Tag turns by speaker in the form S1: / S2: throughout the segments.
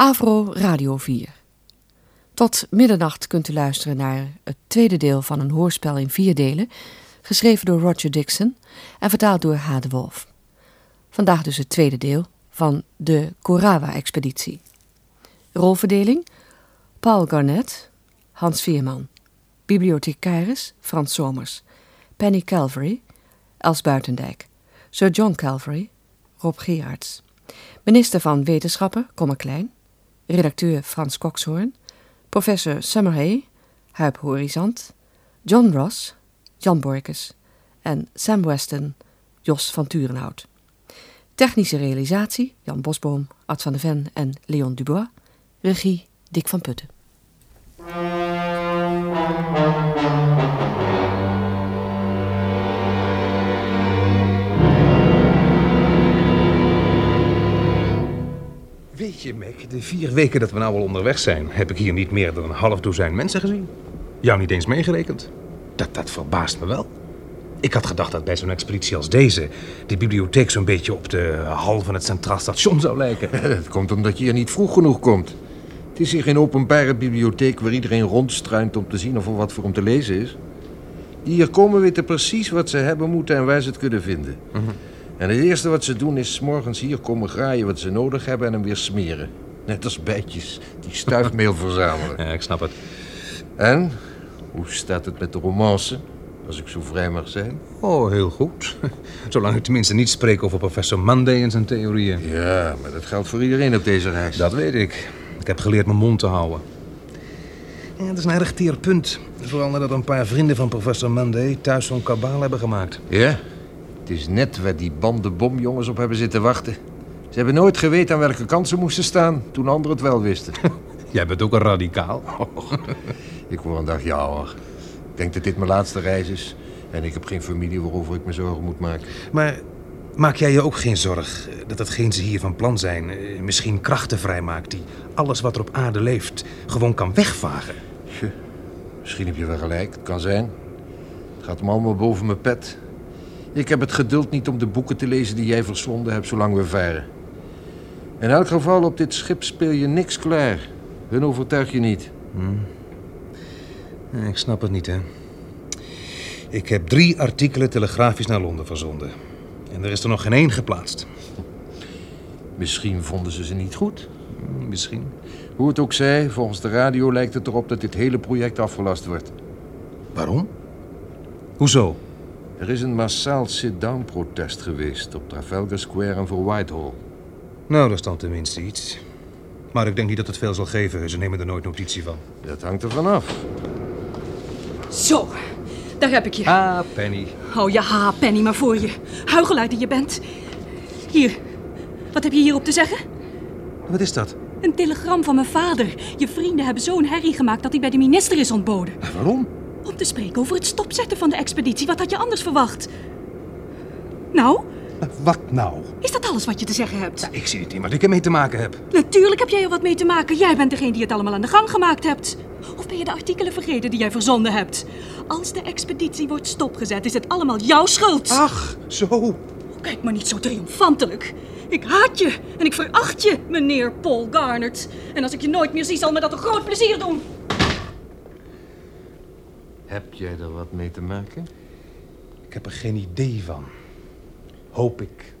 S1: Avro Radio 4. Tot middernacht kunt u luisteren naar het tweede deel van een hoorspel in vier delen, geschreven door Roger Dixon en vertaald door H. de Wolf. Vandaag dus het tweede deel van de Korawa-expeditie. Rolverdeling: Paul Garnet, Hans Vierman. Bibliothecaris Frans Somers. Penny Calvary, Els Buitendijk. Sir John Calvary, Rob Gerards. Minister van Wetenschappen, Komme Klein. Redacteur Frans Kokshoorn. Professor Summerhay, Huip Horizant. John Ross, Jan Borkes. En Sam Weston, Jos van Turenhout. Technische realisatie, Jan Bosboom, Ad van de Ven en Leon Dubois. Regie, Dick van Putten.
S2: Weet je, Mac, de vier weken dat we nou al onderweg zijn, heb ik hier niet meer dan een half dozijn mensen gezien. Jou niet eens meegerekend. Dat, dat verbaast me wel. Ik had gedacht dat bij zo'n expeditie als deze de bibliotheek zo'n beetje op de hal van het Centraal Station zou lijken.
S3: Dat komt omdat je hier niet vroeg genoeg komt. Het is hier geen openbare bibliotheek waar iedereen rondstruint om te zien of er wat voor om te lezen is. Die hier komen weten precies wat ze hebben moeten en waar ze het kunnen vinden.
S2: Mhm.
S3: En het eerste wat ze doen is 's morgens hier komen graaien wat ze nodig hebben en hem weer smeren. Net als bijtjes die stuifmeel verzamelen.
S2: Ja, ik snap het.
S3: En, hoe staat het met de romance, als ik zo vrij mag zijn?
S2: Oh, heel goed. Zolang ik tenminste niet spreek over professor Monday en zijn theorieën.
S3: Ja, maar dat geldt voor iedereen op deze reis.
S2: Dat weet ik. Ik heb geleerd mijn mond te houden. Ja, dat is een erg teer punt. Vooral nadat een paar vrienden van professor Monday thuis zo'n kabaal hebben gemaakt.
S3: Ja, het is net waar die bandenbomjongens op hebben zitten wachten. Ze hebben nooit geweten aan welke kant ze moesten staan toen anderen het wel wisten.
S2: Jij bent ook een radicaal.
S3: ik word een dag ja hoor. Oh. Ik denk dat dit mijn laatste reis is. En ik heb geen familie waarover ik me zorgen moet maken.
S2: Maar maak jij je ook geen zorg eh, dat hetgeen ze hier van plan zijn eh, misschien krachten vrijmaakt die alles wat er op aarde leeft gewoon kan wegvagen?
S3: Misschien heb je wel gelijk, het kan zijn. Het gaat me allemaal boven mijn pet. Ik heb het geduld niet om de boeken te lezen die jij verslonden hebt zolang we varen. In elk geval, op dit schip speel je niks klaar. Hun overtuig je niet.
S2: Hmm. Nee, Eh, Ik snap het niet, hè. Ik heb drie artikelen telegrafisch naar Londen verzonden. En er is er nog geen één geplaatst.
S3: Misschien vonden ze ze niet goed.
S2: Hm, Misschien.
S3: Hoe het ook zij, volgens de radio lijkt het erop dat dit hele project afgelast wordt.
S2: Waarom? Hoezo?
S3: Er is een massaal sit-down protest geweest op Trafalgar Square en voor Whitehall.
S2: Nou, dat is dan tenminste iets. Maar ik denk niet dat het veel zal geven. Ze nemen er nooit notitie van.
S3: Dat hangt er vanaf.
S4: Zo, daar heb ik je.
S2: Ah, Penny.
S4: Hou je ha, Penny, maar voor je. Huichelaar die je bent. Hier, wat heb je hierop te zeggen?
S2: Wat is dat?
S4: Een telegram van mijn vader. Je vrienden hebben zo'n herrie gemaakt dat hij bij de minister is ontboden.
S2: Waarom?
S4: Om te spreken over het stopzetten van de expeditie. Wat had je anders verwacht? Nou,
S2: Wat nou?
S4: is dat alles wat je te zeggen hebt?
S2: Ik zie het niet wat ik ermee te maken heb.
S4: Natuurlijk heb jij er wat mee te maken. Jij bent degene die het allemaal aan de gang gemaakt hebt. Of ben je de artikelen vergeten die jij verzonden hebt? Als de expeditie wordt stopgezet, is het allemaal jouw schuld.
S2: Ach, zo.
S4: Kijk maar niet zo triomfantelijk. Ik haat je en ik veracht je, meneer Paul Garnert. En als ik je nooit meer zie, zal me dat een groot plezier doen.
S3: Heb jij er wat mee te maken?
S2: Ik heb er geen idee van. Hoop ik.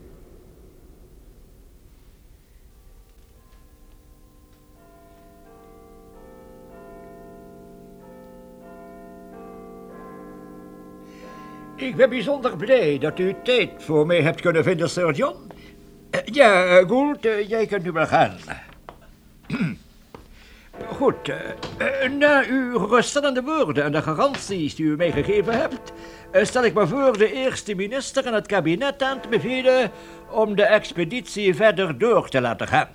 S5: Ik ben bijzonder blij dat u tijd voor mij hebt kunnen vinden, Sir John. Eh, ja, eh, Gould, eh, jij kunt nu wel gaan. Goed, eh, eh, na uw geruststellende woorden en de garanties die u mij gegeven hebt, eh, stel ik me voor de eerste minister en het kabinet aan te bevelen om de expeditie verder door te laten gaan.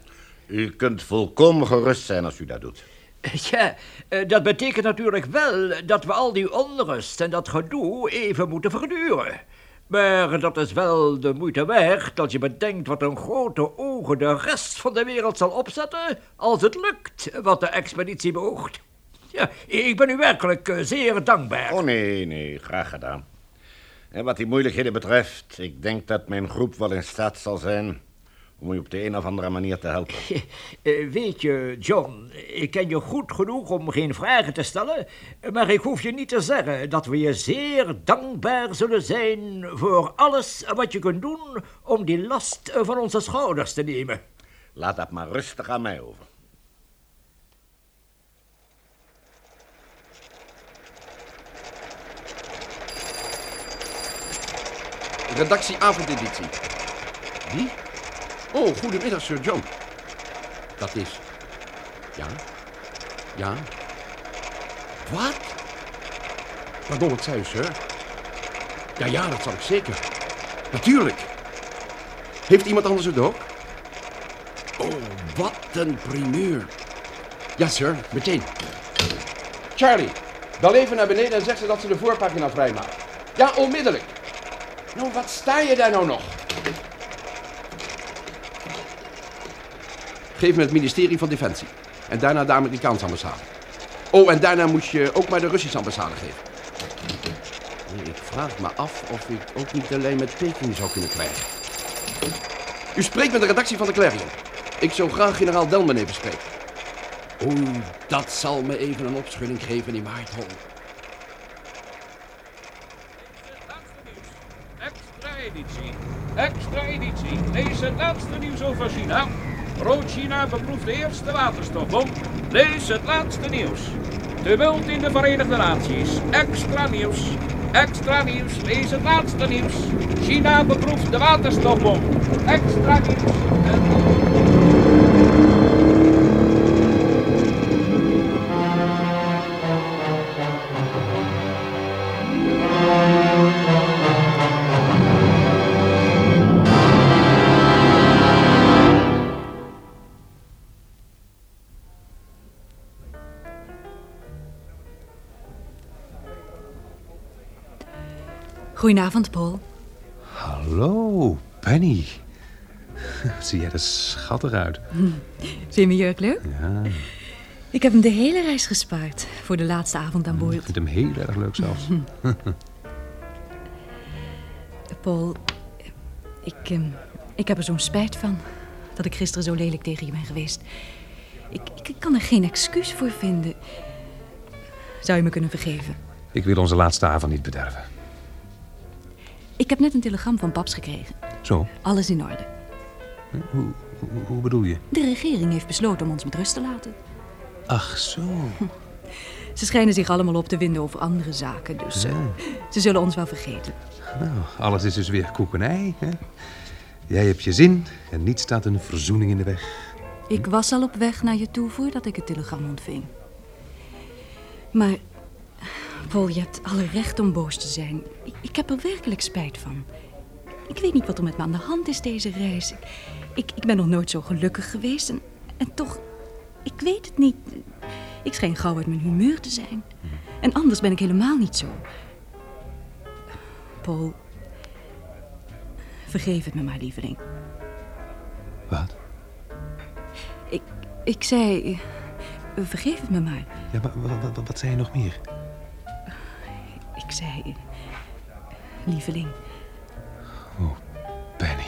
S6: U kunt volkomen gerust zijn als u dat doet.
S5: Ja, eh, dat betekent natuurlijk wel dat we al die onrust en dat gedoe even moeten verduren. Maar dat is wel de moeite waard als je bedenkt wat een grote ogen de rest van de wereld zal opzetten als het lukt wat de expeditie beoogt. Ja, ik ben u werkelijk eh, zeer dankbaar.
S6: Oh nee, nee, graag gedaan. En wat die moeilijkheden betreft, ik denk dat mijn groep wel in staat zal zijn
S7: om u op de een of andere manier te helpen.
S5: Eh, Weet je, John, ik ken je goed genoeg om geen vragen te stellen, maar ik hoef je niet te zeggen dat we je zeer dankbaar zullen zijn voor alles wat je kunt doen om die last van onze schouders te nemen.
S7: Laat dat maar rustig aan mij over.
S8: Redactie avondeditie.
S9: Wie?
S8: Oh, goedemiddag, Sir John. Dat is... Ja? Ja? Wat? Pardon, wat zei u, sir? Ja, ja, dat zal ik zeker. Natuurlijk. Heeft iemand anders het ook? Oh, wat een primeur. Ja, sir, meteen. Charlie, bel even naar beneden en zeg ze dat ze de voorpagina vrijmaakt. Ja, onmiddellijk. Nou, wat sta je daar nou nog? Geef me het ministerie van Defensie. En daarna de Amerikaanse ambassade. Oh, en daarna moet je ook maar de Russische ambassade geven. Nee, Ik vraag me af of ik ook niet alleen met Peking zou kunnen krijgen. U spreekt met de redactie van de Clarion. Ik zou graag generaal Delmen even spreken. Oeh, dat zal me even een opschudding geven in mijn hol.
S10: laatste nieuws. Extra editie. Extra editie. Lees het laatste nieuws over China. Rood-China beproeft de eerste waterstofbom. Lees het laatste nieuws. Tumult in de Verenigde Naties. Extra nieuws. Extra nieuws. Lees het laatste nieuws. China beproeft de waterstofbom. Extra nieuws. En-
S4: Goedenavond, Paul.
S2: Hallo, Penny. Zie jij er schattig uit.
S4: Vind je mijn Hm. jurk leuk?
S2: Ja, ik
S4: Ik heb hem de hele reis gespaard voor de laatste avond aan boord.
S2: vind hem heel erg leuk zelfs.
S4: Paul, ik, eh, ik heb er zo'n spijt van dat ik gisteren zo lelijk tegen je ben geweest. Ik, ik, ik kan er geen excuus voor vinden. Zou je me kunnen vergeven?
S2: Ik wil onze laatste avond niet bederven.
S4: Ik heb net een telegram van paps gekregen.
S2: Zo,
S4: Alles in orde.
S2: hoe, hoe, hoe bedoel je?
S4: De regering heeft besloten om ons met rust te laten.
S2: Ach zo.
S4: Ze schijnen zich allemaal op te winden over andere zaken, dus eh, ze zullen ons wel vergeten.
S2: Nou, alles is dus weer koekenij. Hè? Jij hebt je zin en niets staat een verzoening in de weg.
S4: Ik was al op weg naar je toe voordat ik het telegram ontving. Maar, Paul, je hebt alle recht om boos te zijn. Ik, ik heb er werkelijk spijt van. Ik weet niet wat er met me aan de hand is deze reis. Ik, ik, ik ben nog nooit zo gelukkig geweest en, en toch, ik weet het niet. Ik schijn gauw uit mijn humeur te zijn. En anders ben ik helemaal niet zo. Paul, vergeef het me maar, lieveling.
S2: Wat?
S4: Ik, ik zei, eh, vergeef het me maar.
S2: Ja, maar wa- wa- wa- wat zei je nog meer?
S4: Ik zei, eh, lieveling,
S2: Penny.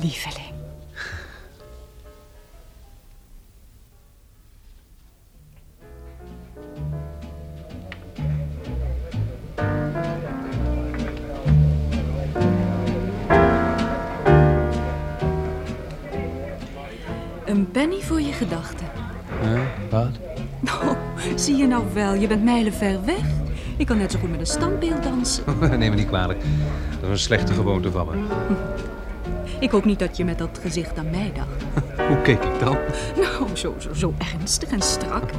S4: lieveling. Een penny voor je gedachten.
S2: Wat?
S4: Oh, zie je nou wel, je bent mijlenver weg. Ik kan net zo goed met een standbeeld dansen.
S2: Neem me niet kwalijk. Dat is een slechte gewoonte van me.
S4: Ik hoop niet dat je met dat gezicht aan mij dacht.
S2: Hoe keek ik dan?
S4: Nou, zo, zo, zo ernstig en strak.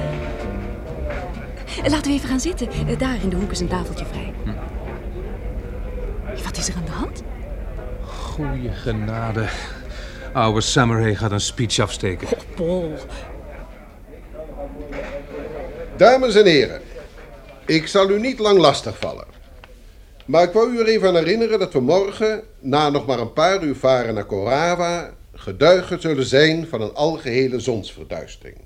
S4: Laten we even gaan zitten. Eh, Daar in de hoek is een tafeltje vrij. Wat is er aan de hand?
S2: Goeie genade. Oude Samurai gaat een speech afsteken.
S4: Paul.
S11: Dames en heren, ik zal u niet lang lastigvallen. Maar ik wou u er even aan herinneren dat we morgen, na nog maar een paar uur varen naar Korawa, getuigen zullen zijn van een algehele zonsverduistering.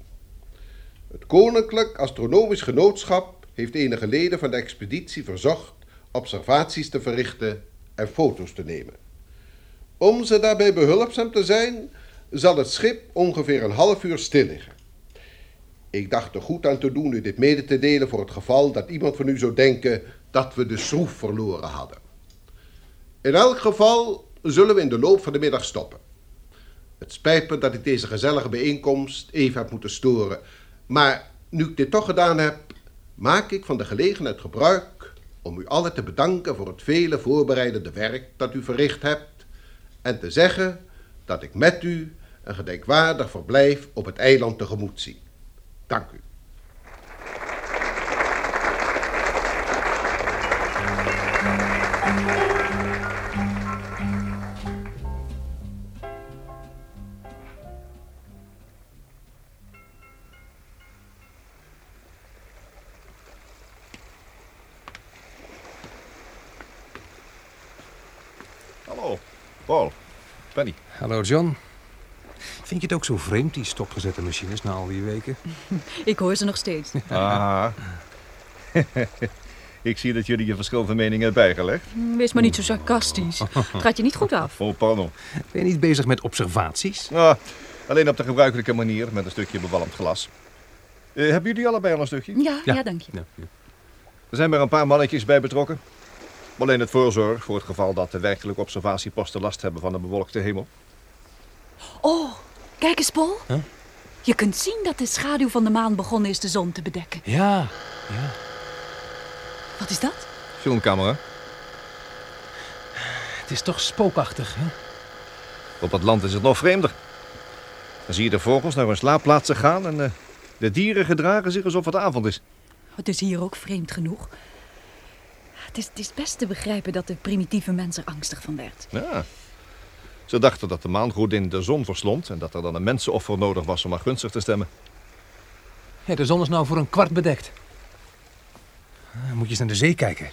S11: Het Koninklijk Astronomisch Genootschap heeft enige leden van de expeditie verzocht observaties te verrichten en foto's te nemen. Om ze daarbij behulpzaam te zijn, zal het schip ongeveer een half uur stil liggen. Ik dacht er goed aan te doen u dit mede te delen voor het geval dat iemand van u zou denken dat we de schroef verloren hadden. In elk geval zullen we in de loop van de middag stoppen. Het spijt me dat ik deze gezellige bijeenkomst even heb moeten storen, maar nu ik dit toch gedaan heb, maak ik van de gelegenheid gebruik om u allen te bedanken voor het vele voorbereidende werk dat u verricht hebt en te zeggen dat ik met u een gedenkwaardig verblijf op het eiland tegemoet zie. Dank u.
S6: Hallo, Paul. Penny.
S2: Hallo John. Vind je het ook zo vreemd, die stopgezette machines na al die weken?
S4: Ik hoor ze nog steeds.
S6: Ah. Ik zie dat jullie je verschil van mening hebben bijgelegd.
S4: Hm, Wees maar niet zo
S6: Hm.
S4: sarcastisch. Het gaat je niet goed af.
S6: Oh, pardon.
S2: Ben je niet bezig met observaties?
S6: Ah, alleen op de gebruikelijke manier, met een stukje bewalmd glas. Eh, hebben jullie allebei al een stukje?
S4: Ja, ja.
S2: Ja.
S4: dank je.
S2: Ja, ja.
S6: Er zijn maar een paar mannetjes bij betrokken. Alleen het voorzorg voor het geval dat de werkelijke observatieposten last hebben van de bewolkte hemel.
S4: Oh, kijk eens, Paul. Je kunt zien dat de schaduw van de maan begonnen is de zon te bedekken.
S2: ja.
S4: Wat is dat?
S6: Filmcamera.
S2: Het is toch spookachtig, hè?
S6: Op het land is het nog vreemder. Dan zie je de vogels naar hun slaapplaatsen gaan en eh, de dieren gedragen zich alsof het avond is.
S4: Het is hier ook vreemd genoeg. Het is, het is best te begrijpen dat de primitieve mens er angstig van werd.
S6: Ja. Ze dachten dat de maangodin de zon verslond en dat er dan een mensenoffer nodig was om haar gunstig te stemmen.
S12: Ja, de zon is nou voor een kwart bedekt.
S2: Dan Ah, moet je eens naar de zee kijken.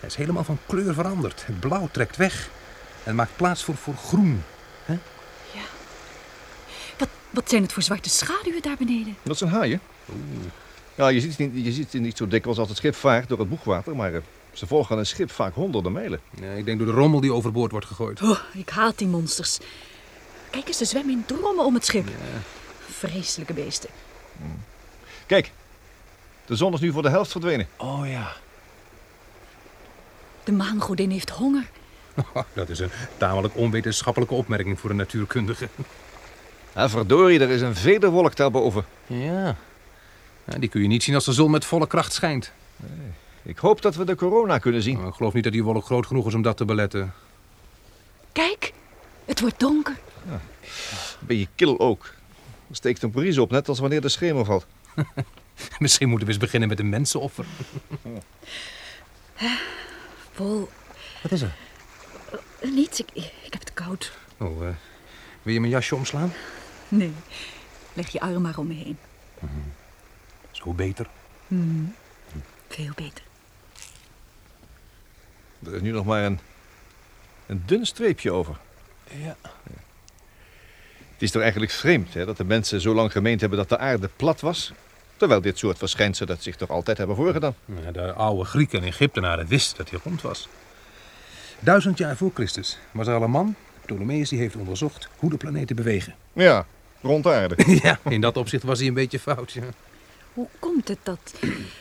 S2: Hij is helemaal van kleur veranderd. Het blauw trekt weg en maakt plaats voor, voor groen.
S4: Wat, wat zijn het voor zwarte schaduwen daar beneden?
S6: Dat zijn haaien. Ja, je ziet, ze niet, je ziet ze niet zo dikwijls als het schip vaart door het boegwater, maar eh, ze volgen een schip vaak honderden mijlen.
S2: Ja, ik denk door de rommel die overboord wordt gegooid.
S4: Oh, ik haat die monsters. Kijk eens, ze zwemmen in drommen om het schip. Vreselijke beesten.
S6: Kijk, de zon is nu voor de helft verdwenen.
S2: Oh ja.
S4: De maangodin heeft honger.
S2: Dat is een tamelijk onwetenschappelijke opmerking voor een natuurkundige.
S6: Ah, verdorie, er is een vederwolk daarboven.
S2: Ja. Ja, Die kun je niet zien als de zon met volle kracht schijnt.
S6: Ik hoop dat we de corona kunnen zien.
S2: Nou, ik geloof niet dat die wolk groot genoeg is om dat te beletten.
S4: Kijk, het wordt donker.
S6: Beetje kil ook. Er steekt een bries op, net als wanneer de schemer valt.
S2: Misschien moeten we eens beginnen met een mensenoffer.
S4: Paul,
S2: Wat is er?
S4: niets. Ik, ik heb het koud.
S2: Oh, eh, wil je mijn jasje omslaan?
S4: Nee, leg je arm maar om me heen. Hm.
S2: Zo beter.
S4: Veel beter.
S6: Er is nu nog maar een, een dun streepje over.
S12: Ja.
S6: Het is toch eigenlijk vreemd hè, dat de mensen zo lang gemeend hebben dat de aarde plat was. Terwijl dit soort verschijnselen dat zich toch altijd hebben voorgedaan.
S2: Ja, de oude Grieken en Egyptenaren wisten dat hij rond was. Duizend jaar voor Christus was er al een man, Ptolemeus, die heeft onderzocht hoe de planeten bewegen.
S6: Ja, rond de aarde.
S2: Ja, in dat opzicht was hij een beetje fout. Ja.
S4: Hoe komt het dat,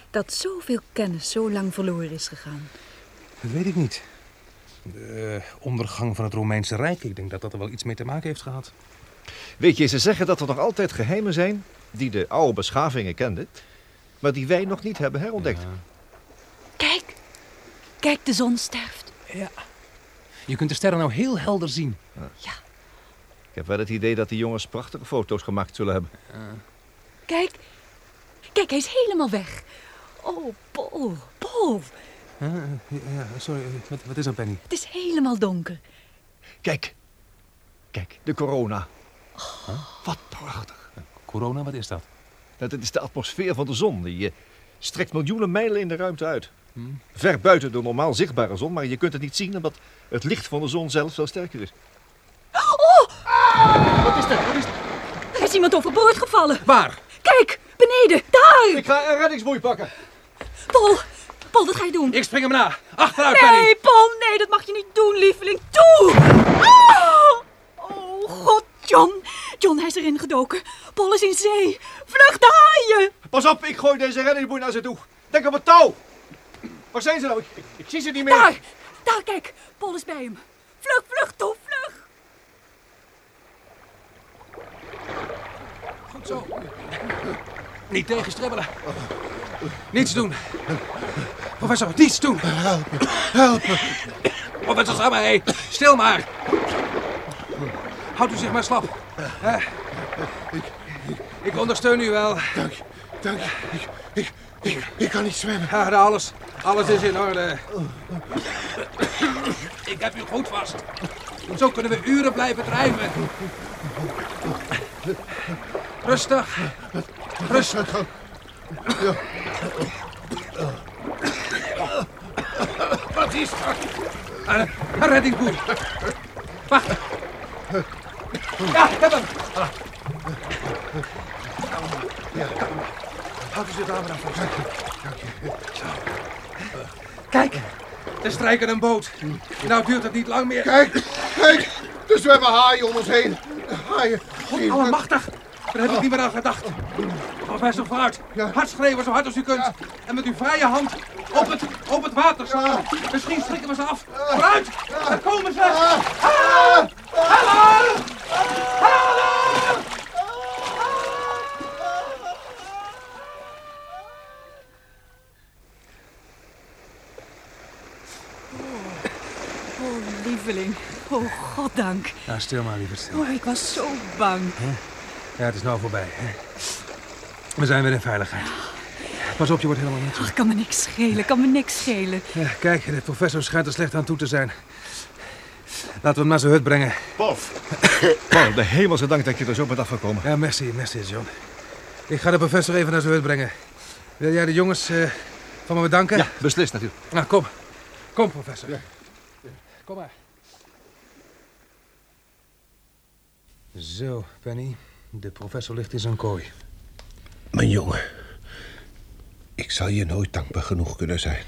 S4: dat zoveel kennis zo lang verloren is gegaan?
S2: Dat weet ik niet. De ondergang van het Romeinse Rijk, ik denk dat dat er wel iets mee te maken heeft gehad.
S6: Weet je, ze zeggen dat er nog altijd geheimen zijn die de oude beschavingen kenden, maar die wij nog niet hebben herontdekt.
S4: Kijk, kijk, de zon sterft.
S12: Je kunt de sterren nou heel helder zien.
S6: Ik heb wel het idee dat die jongens prachtige foto's gemaakt zullen hebben.
S4: Kijk, kijk, hij is helemaal weg. Oh, Paul, Paul,
S12: Eh, Ja, sorry, eh, wat, wat is er, Penny?
S4: het is helemaal donker.
S6: Kijk, kijk, de corona.
S4: Oh.
S6: Wat prachtig.
S12: Corona, wat is dat?
S6: Nou, dat is de atmosfeer van de zon. Die eh, strekt miljoenen mijlen in de ruimte uit.
S12: Hm?
S6: Ver buiten de normaal zichtbare zon, maar je kunt het niet zien omdat het licht van de zon zelf veel sterker is.
S4: Oh! Er is iemand overboord gevallen.
S12: Waar?
S4: Kijk, beneden, daar!
S6: Ik ga een reddingsboei pakken.
S4: Paul, Paul, wat ga je doen?
S12: Ik spring hem na. Achteruit, Penny.
S4: Nee, Paul, nee, dat mag je niet doen, lieveling. Toe! Ah! Oh, god, John. John, hij is erin gedoken. Paul is in zee. Vlucht de haaien!
S6: Pas op, ik gooi deze reddingboei naar ze toe. Denk op het touw. Waar zijn ze nou? Ik, ik, ik zie ze niet meer.
S4: Daar, daar, kijk. Paul is bij hem. Vlug, vlug, toe, vlug!
S12: Goed zo. Niet tegenstribbelen. Niets doen. Professor, niets doen. Help me, help Professor Sama, hé. Stil maar. Houd u zich maar slap. hè? Ik ondersteun u wel.
S13: Dank je. Ik, ik, ik, ik kan niet zwemmen.
S12: Ja, alles, alles is in orde. Ik heb u goed vast. Zo kunnen we uren blijven drijven. Rustig. Eh, Rustig. Wat is dat? Een, een reddingsboei. Wacht. Ja, ik heb hem. Houd u zich daar maar aan vast. Zo. Kijk, er strijken een boot. Nou duurt het niet lang meer.
S11: Kijk, kijk, er zwemmen haaien om ons heen. Haaien. Die-
S12: Allemachtig! Daar heb ik niet meer aan gedacht. Professor vooruit. Hard schreeuwen zo hard als u kunt. En met uw vrije hand op het, op het water slaan. Misschien schrikken we ze af. Vooruit! Daar komen ze! Ah! Help! Help! Help!
S4: Oh, lieveling. Oh, goddank.
S12: Nou, stil maar, liever stil.
S4: Oh, ik was zo bang.
S12: Ja, het is nou voorbij. Hè? We zijn weer in veiligheid. Pas op, je wordt helemaal niet.
S4: Ach, kan me niks schelen, kan me niks schelen.
S12: Ja, kijk, de professor schijnt er slecht aan toe te zijn. Laten we hem naar zijn hut brengen.
S6: Paul. Paul, de hemelse dank dat je er zo bent afgekomen.
S12: Ja, merci, merci, John. Ik ga de professor even naar zijn hut brengen. Wil jij de jongens eh, van me bedanken?
S6: Ja, beslist natuurlijk.
S12: Nou, kom. Kom, professor. Kom maar. Zo, Penny. De professor ligt in zijn kooi.
S13: Mijn jongen, ik zal je nooit dankbaar genoeg kunnen zijn.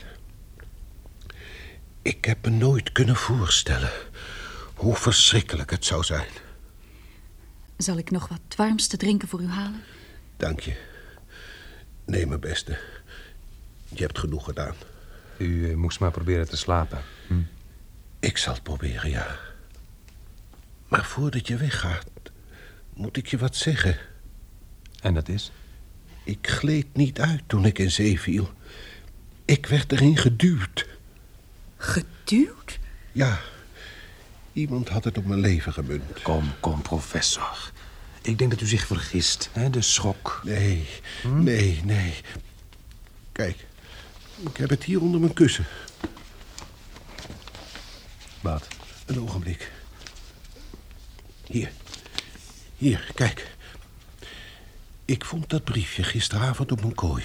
S13: Ik heb me nooit kunnen voorstellen hoe verschrikkelijk het zou zijn.
S4: Zal ik nog wat warms te drinken voor u halen?
S13: Dank je. Nee, mijn beste. Je hebt genoeg gedaan.
S2: U eh, moest maar proberen te slapen. Hm?
S13: Ik zal het proberen, ja. Maar voordat je weggaat, moet ik je wat zeggen.
S2: En dat is?
S13: Ik gleed niet uit toen ik in zee viel. Ik werd erin geduwd.
S4: Geduwd?
S13: Ja, iemand had het op mijn leven gemunt.
S2: Kom, kom, professor. Ik denk dat u zich vergist. Hè? De schok. Hm?
S13: Nee, nee, nee. Kijk, ik heb het hier onder mijn kussen.
S2: Wat?
S13: Een ogenblik. Hier. Hier, kijk. Ik vond dat briefje gisteravond op mijn kooi.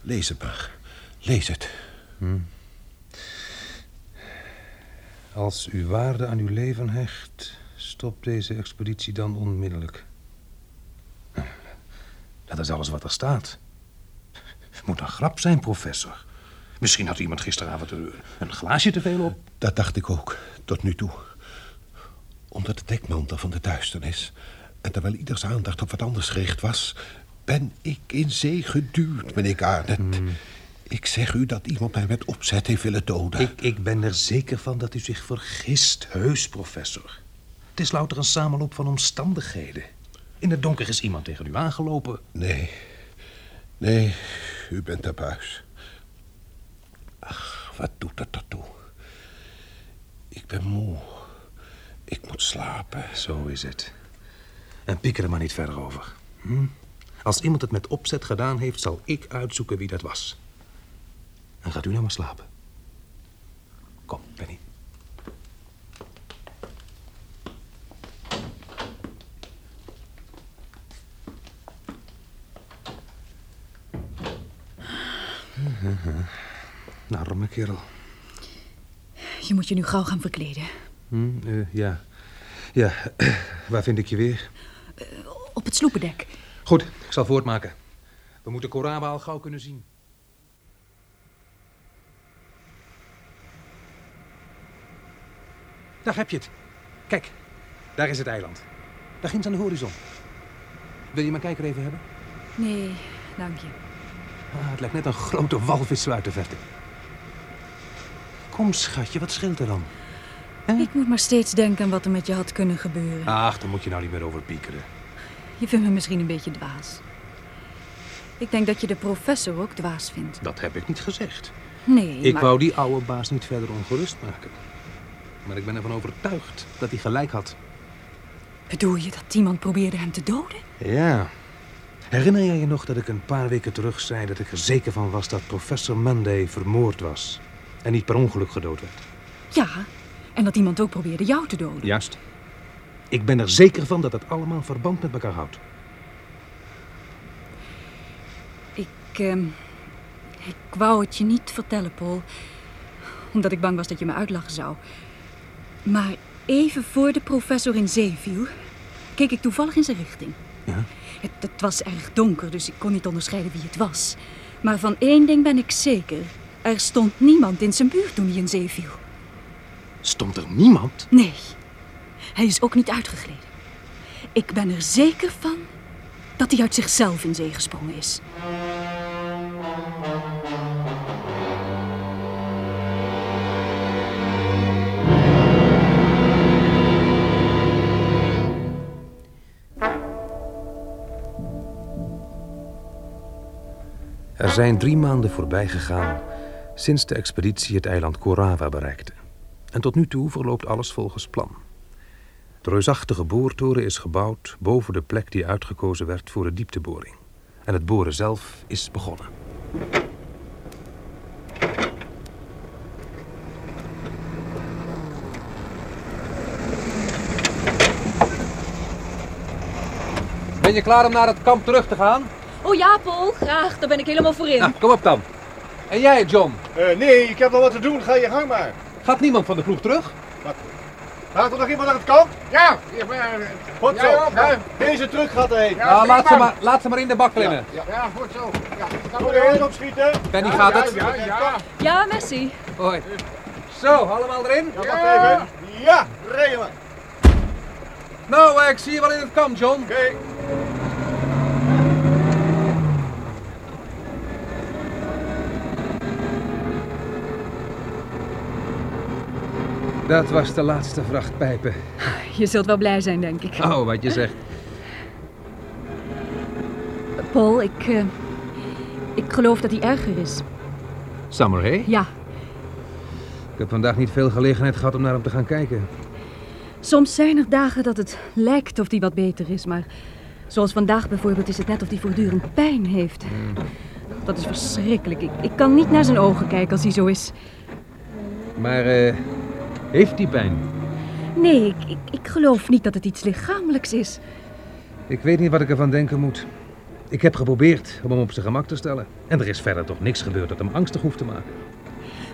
S13: Lees het maar. Lees het.
S2: Hm. Als u waarde aan uw leven hecht, stop deze expeditie dan onmiddellijk. Dat is alles wat er staat. Moet een grap zijn, professor. Misschien had iemand gisteravond een- een glaasje te veel op.
S13: Dat dacht ik ook, tot nu toe. Onder de dekmantel van de duisternis... en terwijl ieders aandacht op wat anders gericht was... ben ik in zee geduwd, meneer Garnet.
S2: Hmm.
S13: Ik zeg u dat iemand mij met opzet heeft willen doden.
S2: Ik, ik ben er zeker van dat u zich vergist, heus, professor. Het is louter een samenloop van omstandigheden. In het donker is iemand tegen u aangelopen.
S13: Nee. Nee, u bent de buis. Ach, wat doet dat ertoe? Ik ben moe. Ik moet slapen.
S2: Zo is het. En piek er maar niet verder over. Hm? Als iemand het met opzet gedaan heeft, zal ik uitzoeken wie dat was. En gaat u nou maar slapen. Kom, Penny. Nou, arme kerel.
S4: Je moet je nu gauw gaan verkleden.
S2: Hm, eh, ja. Ja, waar vind ik je weer?
S4: Op het sloependek.
S12: Goed, ik zal voortmaken. We moeten Koraba al gauw kunnen zien.
S2: Daar heb je het. Kijk, daar is het eiland. Daar ginds aan de horizon. Wil je mijn kijker even hebben?
S4: Nee, dank je.
S2: Ah, het lijkt net een grote walvis zo uit de verte. Kom, schatje, wat scheelt er dan?
S4: Ik moet maar steeds denken aan wat er met je had kunnen gebeuren.
S2: Ach, daar moet je nou niet meer over piekeren.
S4: Je vindt me misschien een beetje dwaas. Ik denk dat je de professor ook dwaas vindt.
S2: Dat heb ik niet gezegd.
S4: Nee,
S2: Ik
S4: maar...
S2: wou die oude baas niet verder ongerust maken. Maar ik ben ervan overtuigd dat hij gelijk had.
S4: Bedoel je dat iemand probeerde hem te doden?
S2: Ja. Herinner jij je nog dat ik een paar weken terug zei dat ik er zeker van was dat professor Monday vermoord was en niet per ongeluk gedood werd?
S4: Ja, en dat iemand ook probeerde jou te doden.
S2: Juist. Ik ben er zeker van dat het allemaal verband met elkaar houdt.
S4: Ik, ehm, ik wou het je niet vertellen, Paul. Omdat ik bang was dat je me uitlachen zou. Maar even voor de professor in zee viel, keek ik toevallig in zijn richting.
S2: Ja?
S4: Het, het was erg donker, dus ik kon niet onderscheiden wie het was. Maar van één ding ben ik zeker. Er stond niemand in zijn buurt toen hij in zee viel.
S2: Stond er niemand?
S4: Nee, hij is ook niet uitgegleden. Ik ben er zeker van dat hij uit zichzelf in zee gesprongen is.
S2: Er zijn drie maanden voorbij gegaan sinds de expeditie het eiland Korawa bereikte. En tot nu toe verloopt alles volgens plan. De reusachtige boortoren is gebouwd boven de plek die uitgekozen werd voor de diepteboring. En het boren zelf is begonnen.
S14: Ben je klaar om naar het kamp terug te gaan?
S15: Oh ja, Paul, graag. Daar ben ik helemaal voor in.
S12: Ah.
S14: Nou, kom op dan. En jij, John?
S6: Eh, nee, ik heb nog wat te doen. Ga je gang maar.
S14: Gaat niemand van de ploeg terug?
S6: Gaat er nog iemand aan het kamp? Ja! Goed zo. Deze truck gaat erheen.
S14: Ja, Nou, laat, ze maar, laat ze maar in de bak klimmen.
S6: Ja, goed zo. Moet er eerst opschieten.
S14: Benny, gaat het?
S6: ja.
S15: Ja, Messi.
S14: Hoi. Zo, allemaal erin?
S6: Ja, wacht even. Ja, regelen.
S14: Nou, eh, ik zie je wel in het kamp, John. Oké. Dat was de laatste vrachtpijpen.
S15: Je zult wel blij zijn, denk ik.
S14: Oh, wat je zegt.
S15: Paul, ik, eh, ik geloof dat hij erger is.
S14: Summer, hè?
S15: Ja,
S14: Ik heb vandaag niet veel gelegenheid gehad om naar hem te gaan kijken.
S15: soms zijn er dagen dat het lijkt of hij wat beter is, maar zoals vandaag bijvoorbeeld is het net of hij voortdurend pijn heeft. Dat is verschrikkelijk. Ik, ik kan niet naar zijn ogen kijken als hij zo is.
S14: Maar eh, heeft hij pijn?
S15: Nee, ik, ik, ik geloof niet dat het iets lichamelijks is.
S14: Ik weet niet wat ik ervan denken moet. Ik heb geprobeerd om hem op zijn gemak te stellen. En er is verder toch niks gebeurd dat hem angstig hoeft te maken.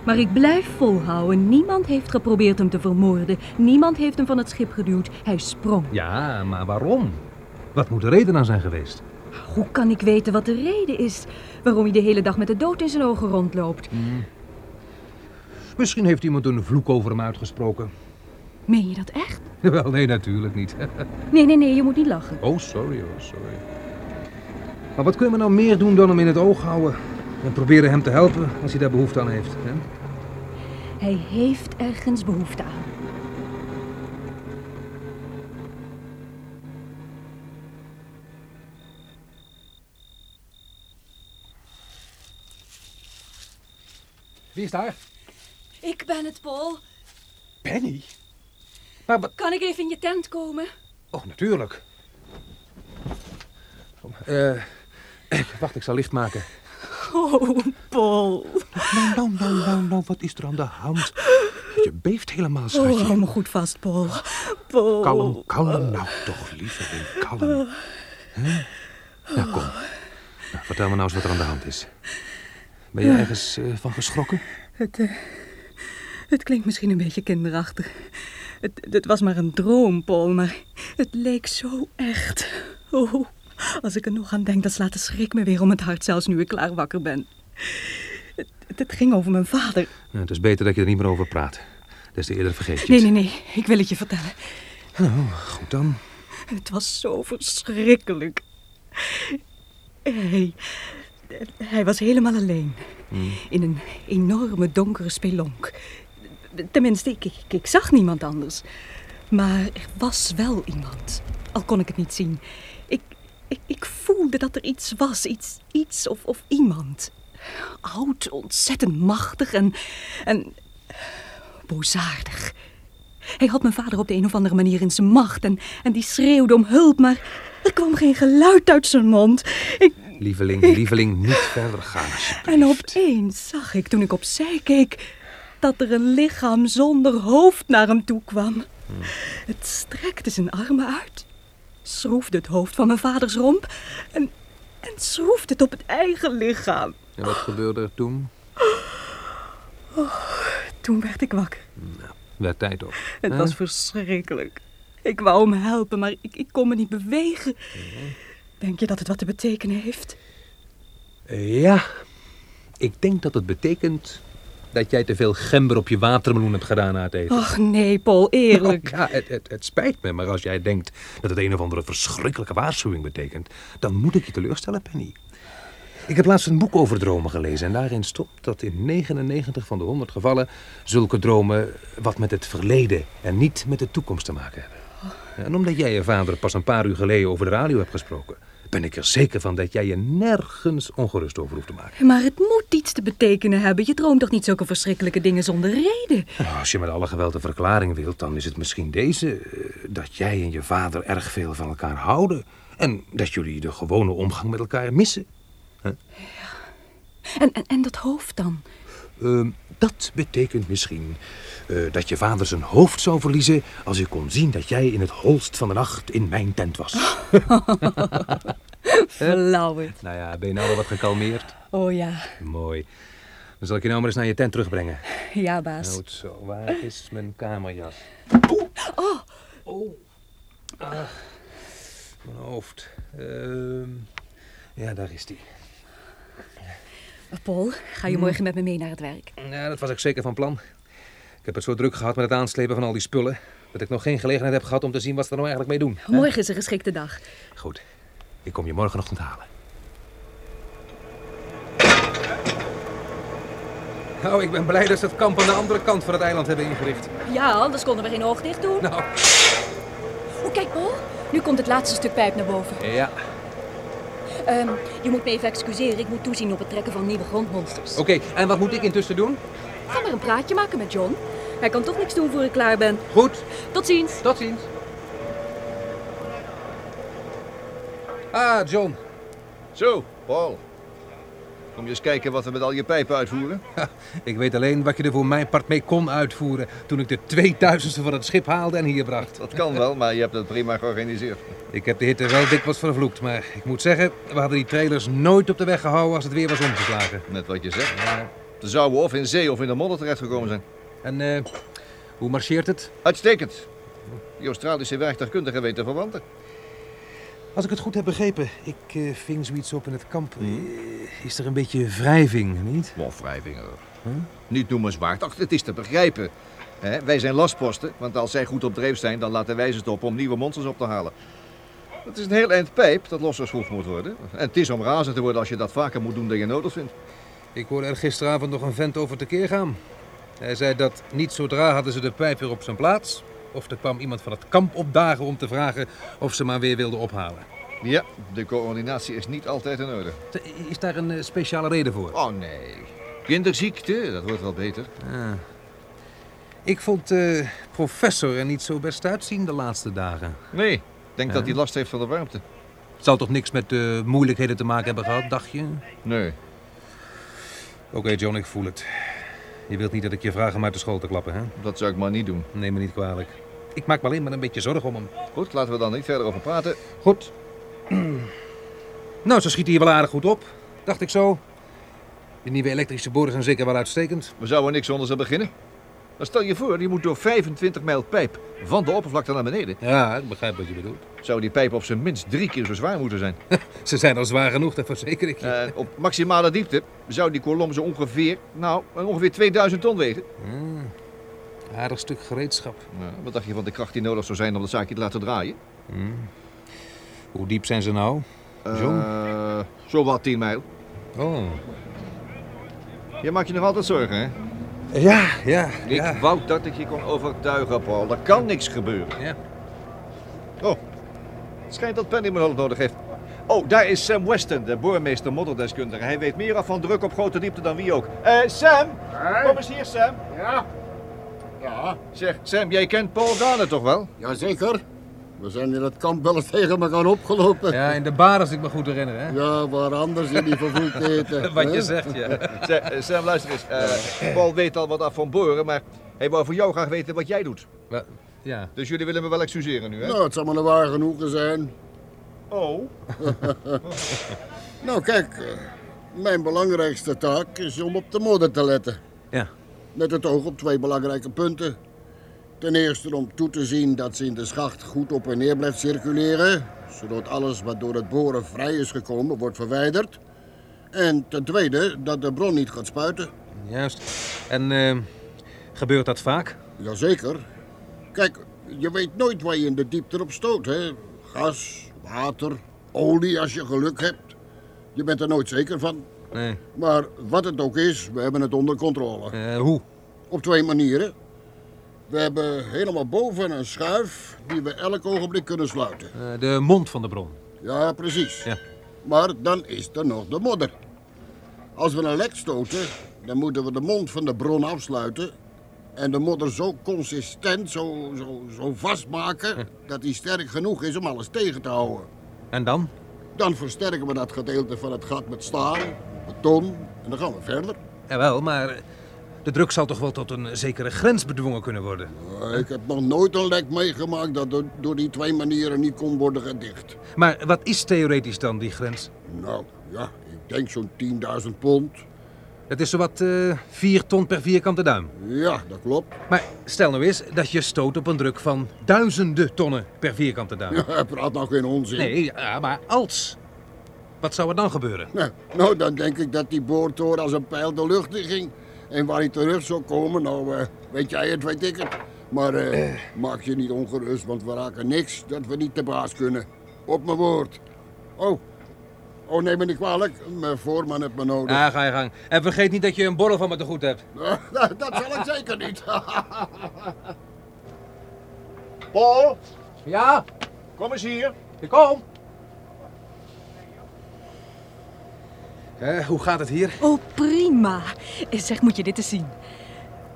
S15: Maar ik blijf volhouden. Niemand heeft geprobeerd hem te vermoorden. Niemand heeft hem van het schip geduwd. Hij sprong.
S14: Ja, maar waarom? Wat moet de reden dan zijn geweest?
S15: Hoe kan ik weten wat de reden is waarom hij de hele dag met de dood in zijn ogen rondloopt?
S14: Hmm. Misschien heeft iemand een vloek over hem uitgesproken.
S15: Meen je dat echt?
S14: Wel, nee, natuurlijk niet.
S15: Nee, nee, nee, je moet niet lachen.
S14: oh, sorry, oh, sorry. Maar wat kunnen we nou meer doen dan hem in het oog houden? En proberen hem te helpen als hij daar behoefte aan heeft. Hè?
S15: Hij heeft ergens behoefte aan.
S14: Wie is daar?
S15: Ik ben het, Paul.
S14: Penny? Maar wat...
S15: Kan ik even in je tent komen?
S14: Oh, natuurlijk. Kom, eh, wacht, ik zal licht maken.
S15: Oh, Paul.
S2: Nou, nou, nou, nou, nou, wat is er aan de hand? Je beeft helemaal,
S15: Oh,
S2: schatje.
S15: hou me goed vast, Paul.
S14: Oh.
S15: Paul. Oh.
S2: Kalm, kalm nou toch, lieveling, kalm. Hè? Nou, kom. Nou, vertel me nou eens wat er aan de hand is. Ben je ergens eh, van geschrokken?
S15: Het, eh, het klinkt misschien een beetje kinderachtig. Het, het was maar een droom, Paul, maar het leek zo echt. Oh, als ik er nog aan denk, dan slaat de schrik me weer om het hart, zelfs nu ik klaar wakker ben. Het, het ging over mijn vader.
S2: Nou, het is beter dat je er niet meer over praat. Des te eerder vergeet je het.
S15: Nee, nee, nee. Ik wil het je vertellen.
S14: Nou, goed dan.
S15: Het was zo verschrikkelijk. Hij, hij was helemaal alleen.
S14: Hmm.
S15: In een enorme donkere spelonk. Tenminste, ik, ik, ik zag niemand anders. Maar er was wel iemand. Al kon ik het niet zien. Ik, ik, ik voelde dat er iets was. Iets, iets of, of iemand. Oud, ontzettend machtig en, en bozaardig. Hij had mijn vader op de een of andere manier in zijn macht. En, en die schreeuwde om hulp, maar er kwam geen geluid uit zijn mond. Ik,
S2: Lieveling, lieveling, niet verder gaan. alsjeblieft.
S15: en opeens zag ik, toen ik opzij keek, dat er een lichaam zonder hoofd naar hem toe kwam. Het strekte zijn armen uit, schroefde het hoofd van mijn vaders romp en, en schroefde het op het eigen lichaam.
S2: En wat gebeurde er toen?
S15: Oh, toen werd ik wakker.
S2: Werd tijd op.
S15: Het
S2: Hè?
S15: was verschrikkelijk. Ik wou hem helpen, maar ik, ik kon me niet bewegen. Denk je dat het wat te betekenen heeft?
S2: Ja, ik denk dat het betekent dat jij te veel gember op je watermeloen hebt gedaan na het eten.
S15: Ach nee, Paul, eerlijk.
S2: Nou, ja, het, het, het spijt me, maar als jij denkt dat het een of andere verschrikkelijke waarschuwing betekent, dan moet ik je teleurstellen, Penny. Ik heb laatst een boek over dromen gelezen en daarin stond dat in 99 van de 100 gevallen zulke dromen wat met het verleden en niet met de toekomst te maken hebben. En omdat jij je vader pas een paar uur geleden over de radio hebt gesproken, ben ik er zeker van dat jij je nergens ongerust over hoeft te maken.
S15: Maar het moet iets te betekenen hebben. Je droomt toch niet zulke verschrikkelijke dingen zonder reden?
S2: Nou, Als je met alle geweld een verklaring wilt, dan is het misschien deze: eh, dat jij en je vader erg veel van elkaar houden. En dat jullie de gewone omgang met elkaar missen.
S15: En, en, en dat hoofd dan?
S2: Ehm, dat betekent misschien eh, dat je vader zijn hoofd zou verliezen. als hij kon zien dat jij in het holst van de nacht in mijn tent was.
S15: Flauwe.
S2: nou ja, ben je nou wel wat gekalmeerd?
S15: Oh ja,
S2: Mooi. Dan zal ik je nou maar eens naar je tent terugbrengen.
S15: ja baas.
S2: Goed Nou, zo, waar is mijn kamerjas?
S15: Oh,
S2: Ach, mijn hoofd. Ehm, ja, daar is die.
S15: Eh, Paul, ga je
S2: Hmm.
S15: morgen met me mee naar het werk?
S2: Ja, dat was ik zeker van plan. Ik heb het zo druk gehad met het aanslepen van al die spullen... dat ik nog geen gelegenheid heb gehad om te zien wat ze er nou eigenlijk mee doen.
S15: Morgen is een geschikte dag.
S2: Goed, ik kom je morgenochtend halen. Nou, ik ben blij dat ze het kamp aan de andere kant van het eiland hebben ingericht.
S15: Ja, anders konden we geen oog dicht doen.
S2: Nou.
S15: Oh, kijk Paul. Nu komt het laatste stuk pijp naar boven.
S2: Ja,
S15: Ehm, je moet me even excuseren. Ik moet toezien op het trekken van nieuwe grondmonsters.
S2: oké. En wat moet ik intussen doen?
S15: Ga maar een praatje maken met John. Hij kan toch niks doen voor ik klaar ben.
S2: Goed.
S15: Tot ziens.
S2: Tot ziens. Ah, John.
S6: Zo, Paul. Kom je eens kijken wat we met al je pijpen uitvoeren?
S2: Ik weet alleen wat je er voor mijn part mee kon uitvoeren... toen ik de 2000ste van het schip haalde en hier bracht.
S6: Dat kan wel, maar je hebt het prima georganiseerd.
S2: Ik heb de hitte wel dikwijls vervloekt, maar ik moet zeggen, we hadden die trailers nooit op de weg gehouden als het weer was omgeslagen.
S6: Net wat je zegt. Ze zouden of in zee of in de modder terechtgekomen zijn.
S2: En eh, hoe marcheert het?
S6: Uitstekend. Die Australische werktuigkundige weet de verwanten.
S2: Als ik het goed heb begrepen, ik eh, ving zoiets op in het kamp.
S6: Hmm.
S2: Eh, Is er een beetje wrijving, niet?
S6: Bon, wrijvingen. Niet noemenswaard. Ach, het is te begrijpen. Hè, wij zijn lastposten, want als zij goed op dreef zijn, dan laten wij ze stoppen om nieuwe monsters op te halen. Het is een heel eind pijp dat losgeschroefd moet worden. En het is om razend te worden als je dat vaker moet doen dan je nodig vindt.
S2: Ik hoorde er gisteravond nog een vent over tekeer gaan. Hij zei dat niet zodra hadden ze de pijp weer op zijn plaats... of er kwam iemand van het kamp opdagen om te vragen of ze maar weer wilden ophalen.
S6: Ja, de coördinatie is niet altijd in orde.
S2: Is daar een eh, speciale reden voor?
S6: Oh nee. Kinderziekte, dat wordt wel beter.
S2: Ah. Ik vond eh, professor er niet zo best uitzien de laatste dagen.
S6: Nee, ik denk
S2: Ja.
S6: dat hij last heeft van de warmte.
S2: Zou toch niks met de moeilijkheden te maken hebben gehad, dacht je?
S6: Nee.
S2: Oké, John, ik voel het. Je wilt niet dat ik je vraag om uit de school te klappen, hè?
S6: Dat zou ik maar niet doen.
S2: Neem me niet kwalijk. Ik maak me alleen maar een beetje zorgen om hem.
S6: Goed, laten we dan niet verder over praten.
S2: Goed. nou, ze schieten hier wel aardig goed op. Dacht ik zo. Die nieuwe elektrische boren zijn zeker wel uitstekend.
S6: We zouden niks anders aan beginnen. Maar stel je voor, je moet door 25 mijl pijp van de oppervlakte naar beneden.
S2: Ja, ik begrijp wat je bedoelt.
S6: Zou die pijp op zijn minst drie keer zo zwaar moeten zijn?
S2: Ze zijn al zwaar genoeg, dat verzeker ik je.
S6: Eh, op maximale diepte zou die kolom zo ongeveer, nou, ongeveer 2000 ton wegen.
S2: Hmm. Aardig stuk gereedschap.
S6: wat dacht je van de kracht die nodig zou zijn om dat zaakje te laten draaien? Hmm.
S16: Hoe diep zijn ze nou?
S6: John? Eh, zo wat, 10 mijl.
S16: Oh.
S6: Je maakt je nog altijd zorgen, hè?
S2: Ja, ja.
S6: Ik wou dat ik je kon overtuigen, Paul. Er kan niks gebeuren.
S2: Ja.
S6: Oh, het schijnt dat Penny me hulp nodig heeft. Oh, daar is Sam Weston, de boormeester modderdeskundige. Hij weet meer af van druk op grote diepte dan wie ook. Eh, Sam! Kom eens hier, Sam.
S17: Ja? Ja?
S6: Zeg, Sam, jij kent Paul Dane toch wel?
S17: Jazeker. We zijn in het kamp wel eens tegen elkaar opgelopen.
S2: Ja, in de bar als ik me goed herinner, hè?
S17: Ja, waar anders in die vervoerd eten.
S2: Wat je
S17: hè?
S2: zegt, ja.
S6: Zeg, eh, Sam, luister eens. Eh, Paul weet al wat af van boren, maar hij wou voor jou graag weten wat jij doet.
S2: Ja.
S6: Dus jullie willen me wel excuseren nu, hè?
S17: Nou, het zal maar een waar genoegen zijn.
S6: Oh.
S17: nou, kijk. eh, Mijn belangrijkste taak is om op de modder te letten.
S2: Ja.
S17: Met het oog op twee belangrijke punten. Ten eerste om toe te zien dat ze in de schacht goed op en neer blijft circuleren. Zodat alles wat door het boren vrij is gekomen wordt verwijderd. En ten tweede dat de bron niet gaat spuiten.
S2: Juist. En ehm, gebeurt dat vaak?
S17: Jazeker. Kijk, je weet nooit waar je in de diepte op stoot, hè? Gas, water, olie als je geluk hebt. Je bent er nooit zeker van.
S2: Nee.
S17: Maar wat het ook is, we hebben het onder controle.
S2: hoe?
S17: Op twee manieren. We hebben helemaal boven een schuif die we elk ogenblik kunnen sluiten.
S2: Eh, de mond van de bron.
S17: Ja, precies. Maar dan is er nog de modder. Als we een lek stoten, dan moeten we de mond van de bron afsluiten. En de modder zo consistent, zo, zo, zo vastmaken, dat die sterk genoeg is om alles tegen te houden.
S2: En dan?
S17: Dan versterken we dat gedeelte van het gat met staal, beton en dan gaan we verder.
S2: Jawel, maar eh, de druk zal toch wel tot een zekere grens bedwongen kunnen worden?
S17: Maar Eh, Ik heb nog nooit een lek meegemaakt dat door, door die twee manieren niet kon worden gedicht.
S2: Maar wat is theoretisch dan die grens?
S17: Nou, ja, ik denk zo'n 10.000 pond.
S2: Dat is zowat eh 4 ton per vierkante duim.
S17: Ja, dat klopt.
S2: Maar stel nou eens dat je stoot op een druk van duizenden tonnen per vierkante duim.
S17: Ja, praat nou geen onzin.
S2: Nee, ja, maar als. Wat zou er dan gebeuren?
S17: Nou, nou, dan denk ik dat die boortoren als een pijl de lucht in ging. En waar hij terug zou komen, nou, eh, weet jij het, weet ik het. Maar eh, maak je niet ongerust, want we raken niks dat we niet te baas kunnen. Op mijn woord. Oh, oh neem me niet kwalijk, mijn voorman heeft me nodig.
S2: Ja, Nou, Ah, ga je gang. En vergeet niet dat je een borrel van me te goed hebt.
S17: dat, dat zal ik zeker niet.
S6: Paul?
S12: Ja?
S6: Kom eens hier.
S12: Ik kom.
S2: Eh, hoe gaat het hier?
S4: Oh, prima. Eh, Zeg, moet je dit eens zien?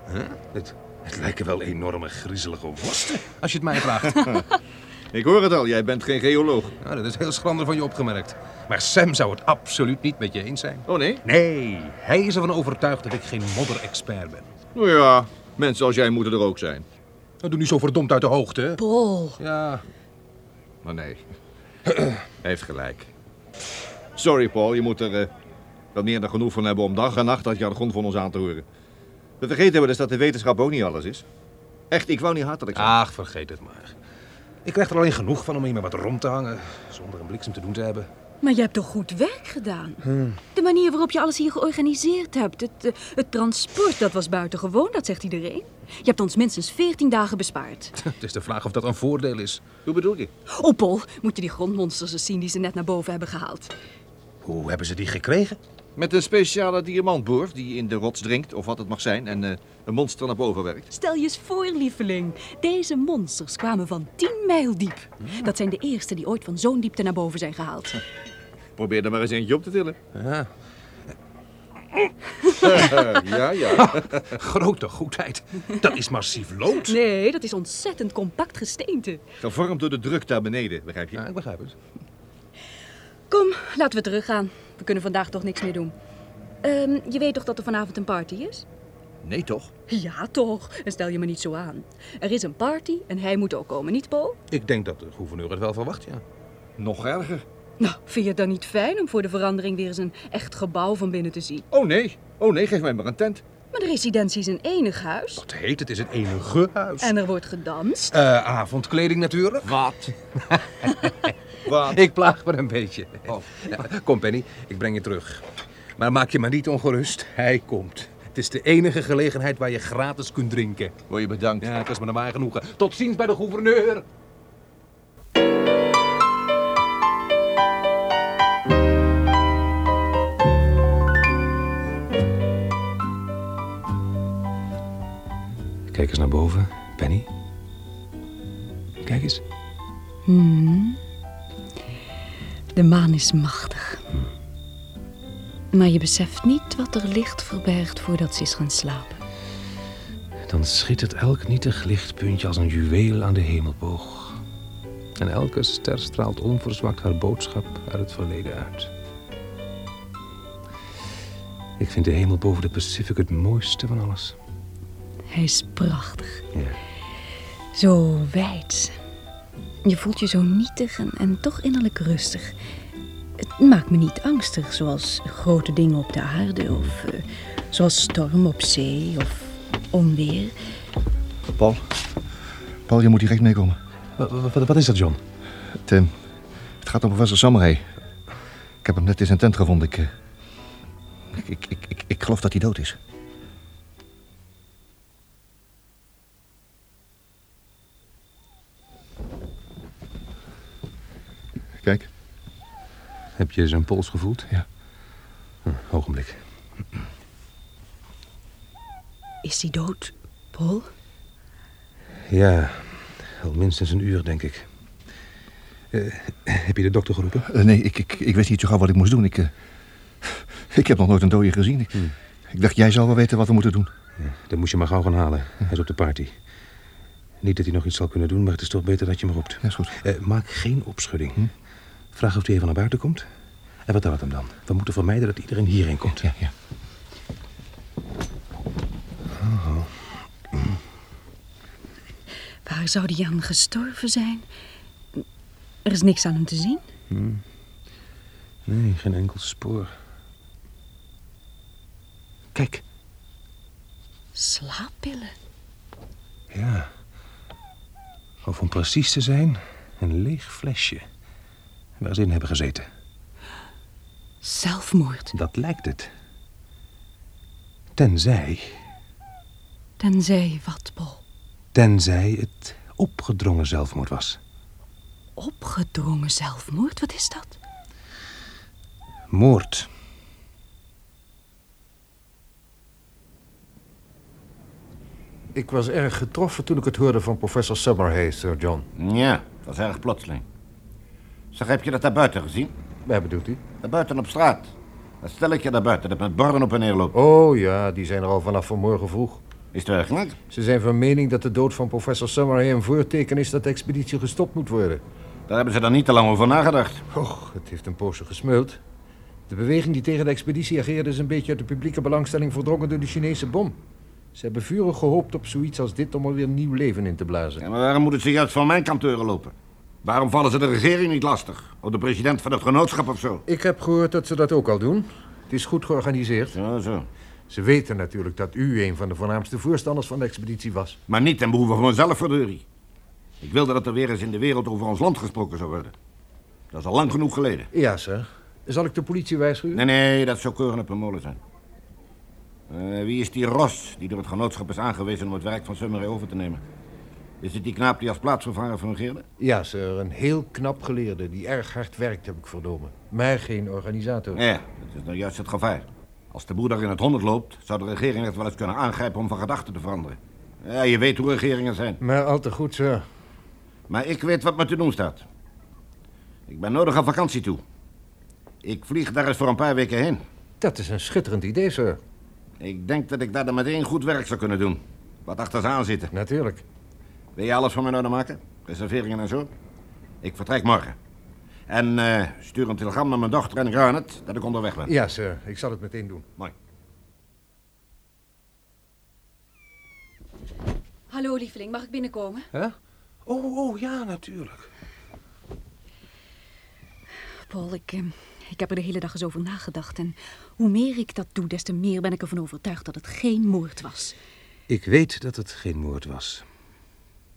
S16: Huh? Het, het lijken wel enorme griezelige worsten.
S2: Als je het mij vraagt.
S6: Ik hoor het al, jij bent geen geoloog.
S2: Nou, dat is heel schrander van je opgemerkt. Maar Sam zou het absoluut niet met je eens zijn.
S6: Oh nee?
S2: Nee, hij is ervan overtuigd dat ik geen modderexpert ben.
S6: Nou ja, mensen als jij moeten er ook zijn.
S2: Nou, doe nu zo verdomd uit de hoogte. hè?
S4: Paul.
S2: Ja.
S6: Maar nee. Hij heeft gelijk. Sorry, Paul. Je moet er eh, wel meer dan genoeg van hebben om dag en nacht dat je aan de grond van ons aan te horen. We vergeten wel eens dat de wetenschap ook niet alles is. Echt, ik wou niet hatelijk zijn.
S2: Ach, vergeet het maar. Ik krijg er alleen genoeg van om hier maar wat rond te hangen. Zonder een bliksem te doen te hebben.
S18: Maar je hebt toch goed werk gedaan?
S4: Hmm.
S18: De manier waarop je alles hier georganiseerd hebt. Het, eh, het transport, dat was buitengewoon, dat zegt iedereen. Je hebt ons minstens 14 dagen bespaard.
S2: Het is de vraag of dat een voordeel is.
S6: Hoe bedoel je?
S4: Oh, Paul, moet je die grondmonsters eens zien die ze net naar boven hebben gehaald.
S2: Hoe hebben ze die gekregen?
S6: Met een speciale diamantboor die in de rots drinkt, of wat het mag zijn, en eh, een monster naar boven werkt.
S4: Stel je eens voor, lieveling. Deze monsters kwamen van 10 mijl diep. Dat zijn de eerste die ooit van zo'n diepte naar boven zijn gehaald.
S6: Probeer er maar eens eentje op te tillen.
S2: Ja.
S6: ja, ja.
S2: Grote goedheid. Dat is massief lood.
S4: Nee, dat is ontzettend compact gesteente.
S6: Gevormd door de druk daar beneden, begrijp je?
S2: Ja, ik begrijp het.
S4: Kom, laten we teruggaan. We kunnen vandaag toch niks meer doen. Ehm, je weet toch dat er vanavond een party is?
S6: Nee, toch?
S4: Ja, toch. En stel je me niet zo aan. Er is een party en hij moet ook komen, niet Paul?
S2: Ik denk dat de gouverneur het wel verwacht, ja.
S6: Nog erger.
S4: Nou, vind je het dan niet fijn om voor de verandering weer eens een echt gebouw van binnen te zien?
S6: Oh nee, oh nee, geef mij maar een tent.
S4: Maar de residentie is een enig huis.
S2: Het heet, het is het enige huis.
S4: En er wordt gedanst.
S2: Eh, avondkleding natuurlijk.
S12: Wat?
S6: Wat?
S2: Ik plaag maar een beetje. Ja, kom Penny, ik breng je terug. Maar maak je maar niet ongerust. Hij komt. Het is de enige gelegenheid waar je gratis kunt drinken. Wil je bedankt. Ja, het was me een waar genoegen. Tot ziens bij de gouverneur. Kijk eens naar boven, Penny. Kijk eens.
S4: Hmm. De maan is machtig. Maar je beseft niet wat er licht verbergt voordat ze is gaan slapen.
S2: Dan schittert elk nietig lichtpuntje als een juweel aan de hemelboog. En elke ster straalt onverzwakt haar boodschap uit het verleden uit. Ik vind de hemel boven de Pacific het mooiste van alles.
S4: Hij is prachtig.
S2: Ja.
S4: Zo wijd. Je voelt je zo nietig en, en toch innerlijk rustig. Het maakt me niet angstig, zoals grote dingen op de aarde of eh, zoals storm op zee of onweer.
S6: Paul. Paul, je moet direct meekomen.
S2: Wat, is dat, John?
S6: Het, eh, het gaat om professor Samurai. Ik heb hem net in zijn tent gevonden. Ik, eh, ik, ik, ik, ik, ik geloof dat hij dood is. Kijk.
S2: Heb je zijn pols gevoeld? Ja. Ogenblik.
S4: Is hij dood, Paul?
S2: Ja, al minstens een uur, denk ik. Eh, heb je de dokter geroepen?
S6: Eh, nee, ik, ik, ik wist niet zo gauw wat ik moest doen. Ik, eh, ik heb nog nooit een dode gezien. Ik, ik dacht, jij zal wel weten wat we moeten doen.
S2: Dan moest je maar gauw gaan halen. Hij is op de party. Niet dat hij nog iets zal kunnen doen, maar het is toch beter dat je hem roept.
S6: Ja, is goed.
S2: Eh, maak geen opschudding. Vraag of hij even naar buiten komt. En wat houdt hem dan? We moeten vermijden dat iedereen hierheen komt. Ja,
S6: ja.
S4: Waar zou die aan gestorven zijn? Er is niks aan hem te zien.
S2: Hmm. Nee, geen enkel spoor. Kijk.
S4: Slaappillen.
S2: Ja. Of om precies te zijn, een leeg flesje. Waar ze in hebben gezeten.
S4: Zelfmoord.
S2: Dat lijkt het. Tenzij,
S4: Tenzij wat, Paul?
S2: tenzij het opgedrongen zelfmoord was.
S4: Opgedrongen zelfmoord? Wat is dat?
S2: Moord.
S19: Ik was erg getroffen toen ik het hoorde van professor Summerhays, Sir John.
S7: Ja, dat is erg plotseling. Zeg, heb je dat daar buiten gezien?
S19: Waar bedoelt u?
S7: Daar buiten op straat. Dat stelletje daar buiten, dat met borden op en neer loopt.
S19: Oh ja, die zijn er al vanaf vanmorgen vroeg.
S7: Is het erg niet?
S19: Ze zijn van mening dat de dood van professor Summerhay een voorteken is dat de expeditie gestopt moet worden.
S7: Daar hebben ze dan niet te lang over nagedacht.
S19: Och, het heeft een poosje gesmeuld. De beweging die tegen de expeditie ageerde is een beetje uit de publieke belangstelling verdrongen door de Chinese bom. Ze hebben vurig gehoopt op zoiets als dit om er weer nieuw leven in te blazen.
S7: Ja, maar waarom moet het ze juist van mijn kantoren lopen? Waarom vallen ze de regering niet lastig? Of de president van het genootschap of zo?
S19: Ik heb gehoord dat ze dat ook al doen. Het is goed georganiseerd.
S7: Zo, zo.
S19: Ze weten natuurlijk dat u een van de voornaamste voorstanders van de expeditie was.
S7: Maar niet ten behoeve van mezelf, verdurie. Ik wilde dat er weer eens in de wereld over ons land gesproken zou worden. Dat is al lang genoeg geleden.
S19: Ja, sir. Zal ik de politie waarschuwen?
S7: Nee, nee, dat zou keuren op een molen zijn. Eh, wie is die Ros die door het genootschap is aangewezen om het werk van Summeray over te nemen? Is het die knaap die als plaatsvervanger fungeerde?
S19: Ja, sir. Een heel knap geleerde die erg hard werkt, heb ik vernomen. Maar geen organisator.
S7: Ja, dat is nou juist het gevaar. Als de boer in het honderd loopt, zou de regering het wel eens kunnen aangrijpen om van gedachten te veranderen. Ja, je weet hoe regeringen zijn.
S19: Maar al te goed, sir.
S7: Maar ik weet wat me te doen staat. Ik ben nodig aan vakantie toe. Ik vlieg daar eens voor een paar weken heen.
S19: Dat is een schitterend idee, sir.
S7: Ik denk dat ik daar dan meteen goed werk zou kunnen doen. Wat achter ze aan zitten.
S19: Natuurlijk.
S7: Wil je alles voor mij orde maken? Reserveringen en zo? Ik vertrek morgen. En eh, stuur een telegram naar mijn dochter en Garnet dat ik onderweg ben.
S19: Ja, sir. Ik zal het meteen doen.
S7: Mooi.
S20: Hallo lieveling, mag ik binnenkomen?
S2: Hè? Oh, oh, ja, natuurlijk.
S4: Paul, ik, eh, ik heb er de hele dag eens over nagedacht. En hoe meer ik dat doe, des te meer ben ik ervan overtuigd dat het geen moord was.
S2: Ik weet dat het geen moord was.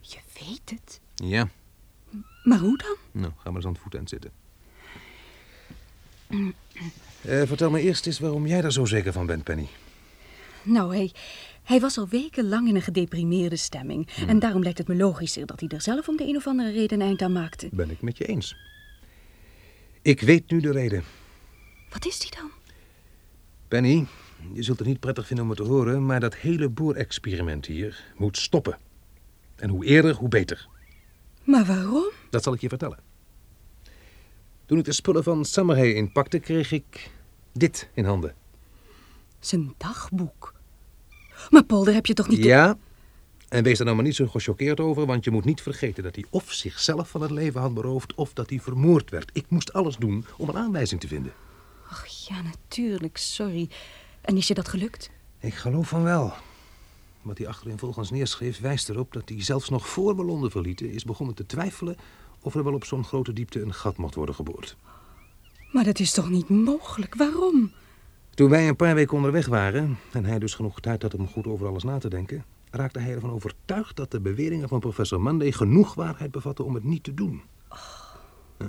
S4: Je weet het.
S2: Ja.
S4: Maar hoe dan?
S2: Nou, ga maar eens aan het voetend zitten.
S4: Mm,
S2: Eh, vertel me eerst eens waarom jij daar zo zeker van bent, Penny.
S4: Nou, hij, hij was al wekenlang in een gedeprimeerde stemming.
S2: Hmm.
S4: En daarom lijkt het me logischer dat hij er zelf om de een of andere reden een eind aan maakte.
S2: Ben ik met je eens. Ik weet nu de reden.
S4: Wat is die dan?
S2: Penny, je zult het niet prettig vinden om het te horen, maar dat hele boorexperiment hier moet stoppen. En hoe eerder, hoe beter.
S4: Maar waarom?
S2: Dat zal ik je vertellen. Toen ik de spullen van Samaray inpakte, kreeg ik dit in handen.
S4: Zijn dagboek. Maar Paul, daar heb je toch niet... de-
S2: Ja, en wees daar nou maar niet zo gechoqueerd over, want je moet niet vergeten dat hij of zichzelf van het leven had beroofd of dat hij vermoord werd. Ik moest alles doen om een aanwijzing te vinden.
S4: Ach ja, natuurlijk, sorry. En is je dat gelukt?
S2: Ik geloof van wel. Wat hij achterin volgens neerschreef wijst erop dat hij zelfs nog voor we Londen verlieten is begonnen te twijfelen of er wel op zo'n grote diepte een gat mocht worden geboord.
S4: Maar dat is toch niet mogelijk? Waarom?
S2: Toen wij een paar weken onderweg waren, en hij dus genoeg tijd had om goed over alles na te denken, raakte hij ervan overtuigd dat de beweringen van professor Monday genoeg waarheid bevatten om het niet te doen. Huh?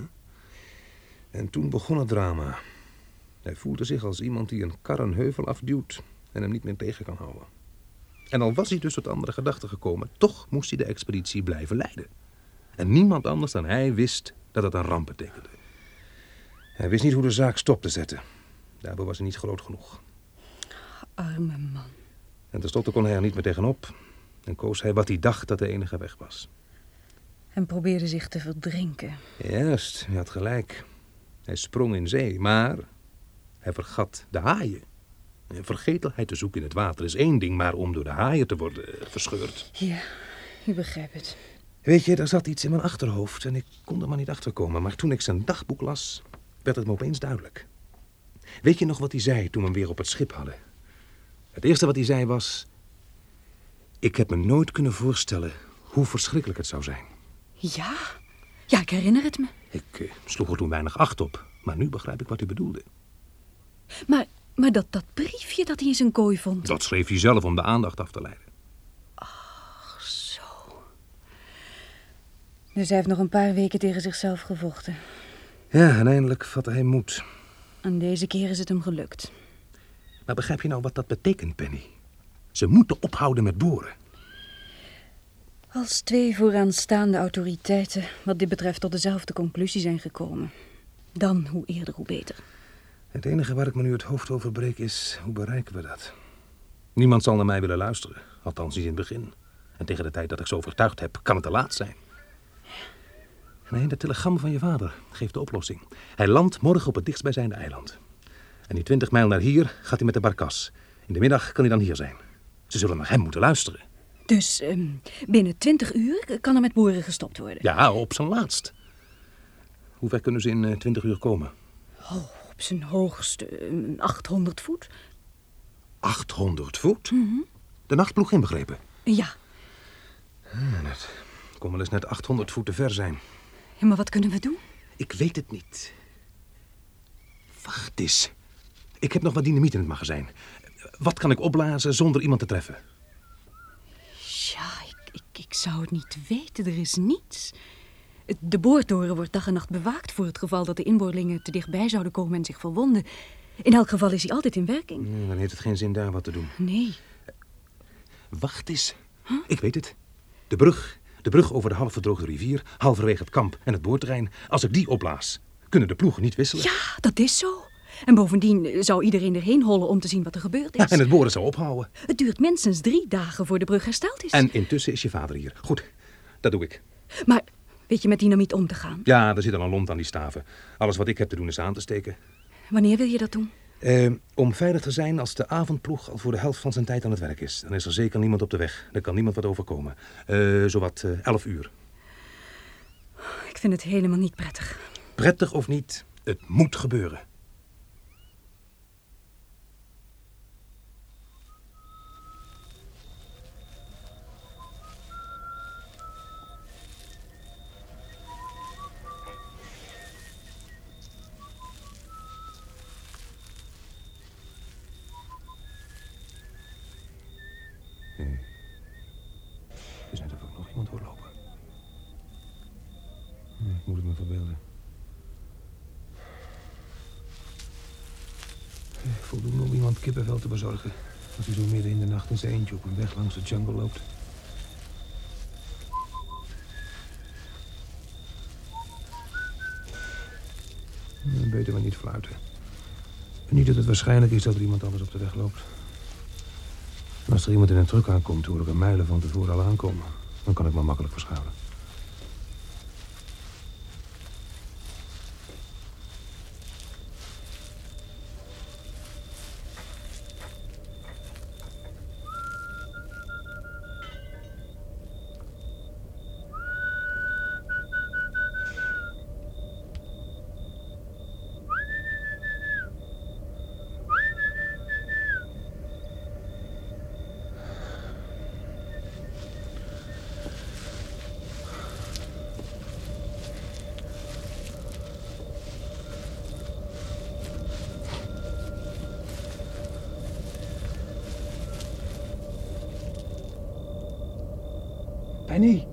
S2: En toen begon het drama. Hij voelde zich als iemand die een kar een heuvel afduwt en hem niet meer tegen kan houden. En al was hij dus tot andere gedachten gekomen, toch moest hij de expeditie blijven leiden. En niemand anders dan hij wist dat het een ramp betekende. Hij wist niet hoe de zaak stop te zetten. Daarbij was hij niet groot genoeg.
S4: Arme man.
S2: En tenslotte kon hij er niet meer tegenop. En koos hij wat hij dacht dat de enige weg was.
S4: En probeerde zich te verdrinken.
S2: Juist, hij had gelijk. Hij sprong in zee, maar hij vergat de haaien. En vergetelheid te zoeken in het water is één ding, maar om door de haaien te worden eh, verscheurd.
S4: Ja, u begrijpt het.
S2: Weet je, er zat iets in mijn achterhoofd en ik kon er maar niet achter komen. Maar toen ik zijn dagboek las, werd het me opeens duidelijk. Weet je nog wat hij zei toen we hem weer op het schip hadden? Het eerste wat hij zei was: Ik heb me nooit kunnen voorstellen hoe verschrikkelijk het zou zijn.
S4: Ja? Ja, ik herinner het me.
S2: Ik eh, sloeg er toen weinig acht op, maar nu begrijp ik wat u bedoelde.
S4: Maar, maar dat, dat briefje dat hij in zijn kooi vond.
S2: Dat schreef hij zelf om de aandacht af te leiden.
S4: Dus hij heeft nog een paar weken tegen zichzelf gevochten.
S2: Ja, en eindelijk vatte hij moed.
S4: En deze keer is het hem gelukt.
S2: Maar begrijp je nou wat dat betekent, Penny? Ze moeten ophouden met boren.
S4: Als twee vooraanstaande autoriteiten wat dit betreft tot dezelfde conclusie zijn gekomen. Dan hoe eerder hoe beter.
S2: Het enige waar ik me nu het hoofd over breek is, hoe bereiken we dat? Niemand zal naar mij willen luisteren, althans niet in het begin. En tegen de tijd dat ik zo overtuigd heb, kan het te laat zijn. Nee, dat telegram van je vader geeft de oplossing. Hij landt morgen op het dichtstbijzijnde eiland. En die twintig mijl naar hier gaat hij met de barkas. In de middag kan hij dan hier zijn. Ze zullen naar hem moeten luisteren.
S4: Dus ehm, binnen twintig uur kan er met boeren gestopt worden.
S2: Ja, op zijn laatst. Hoe ver kunnen ze in eh, twintig uur komen?
S4: Oh, op zijn hoogste ehm, 800 voet.
S2: 800 voet? De nachtploeg inbegrepen.
S4: Ja,
S2: Ja, dat kon wel eens net 800 voet te ver zijn.
S4: Ja, maar wat kunnen we doen?
S2: Ik weet het niet. Wacht eens. Ik heb nog wat dynamiet in het magazijn. Wat kan ik opblazen zonder iemand te treffen?
S4: Ja, ik, ik, ik zou het niet weten. Er is niets. De boortoren wordt dag en nacht bewaakt voor het geval dat de inboorlingen te dichtbij zouden komen en zich verwonden. In elk geval is hij altijd in werking.
S2: Ja, Hmm, dan heeft het geen zin daar wat te doen.
S4: Nee.
S2: Wacht eens. Ik weet het. De brug. De brug over de half verdroogde rivier, halverwege het kamp en het boorterrein. Als ik die opblaas, kunnen de ploegen niet wisselen.
S4: Ja, dat is zo. En bovendien eh, zou iedereen erheen hollen om te zien wat er gebeurd is.
S2: Ja, en het boren zou ophouden.
S4: Het duurt minstens drie dagen voor de brug hersteld is.
S2: En intussen is je vader hier. Goed, dat doe ik.
S4: Maar weet je met dynamiet om te gaan?
S2: Ja, er zit al een lont aan die staven. Alles wat ik heb te doen is aan te steken.
S4: Wanneer wil je dat doen?
S2: Eh, om veilig te zijn als de avondploeg al voor de helft van zijn tijd aan het werk is. Dan is er zeker niemand op de weg. Dan kan niemand wat overkomen. Eh zowat eh, 11 uur.
S4: Ik vind het helemaal niet prettig.
S2: Prettig of niet, het moet gebeuren. Het Hm. is net of ik nog iemand hoor lopen. Hm, ik moet het me verbeelden. Eh, Voldoende om iemand kippenvel te bezorgen. Als hij zo midden in de nacht in zijn eentje op een weg langs de jungle loopt. Eh, Beter maar niet fluiten. En Niet dat het waarschijnlijk is dat er iemand anders op de weg loopt. En als er iemand in een truck aankomt, hoor ik een mijlen van tevoren al aankomen. Dan kan ik me makkelijk verschuilen. Penny!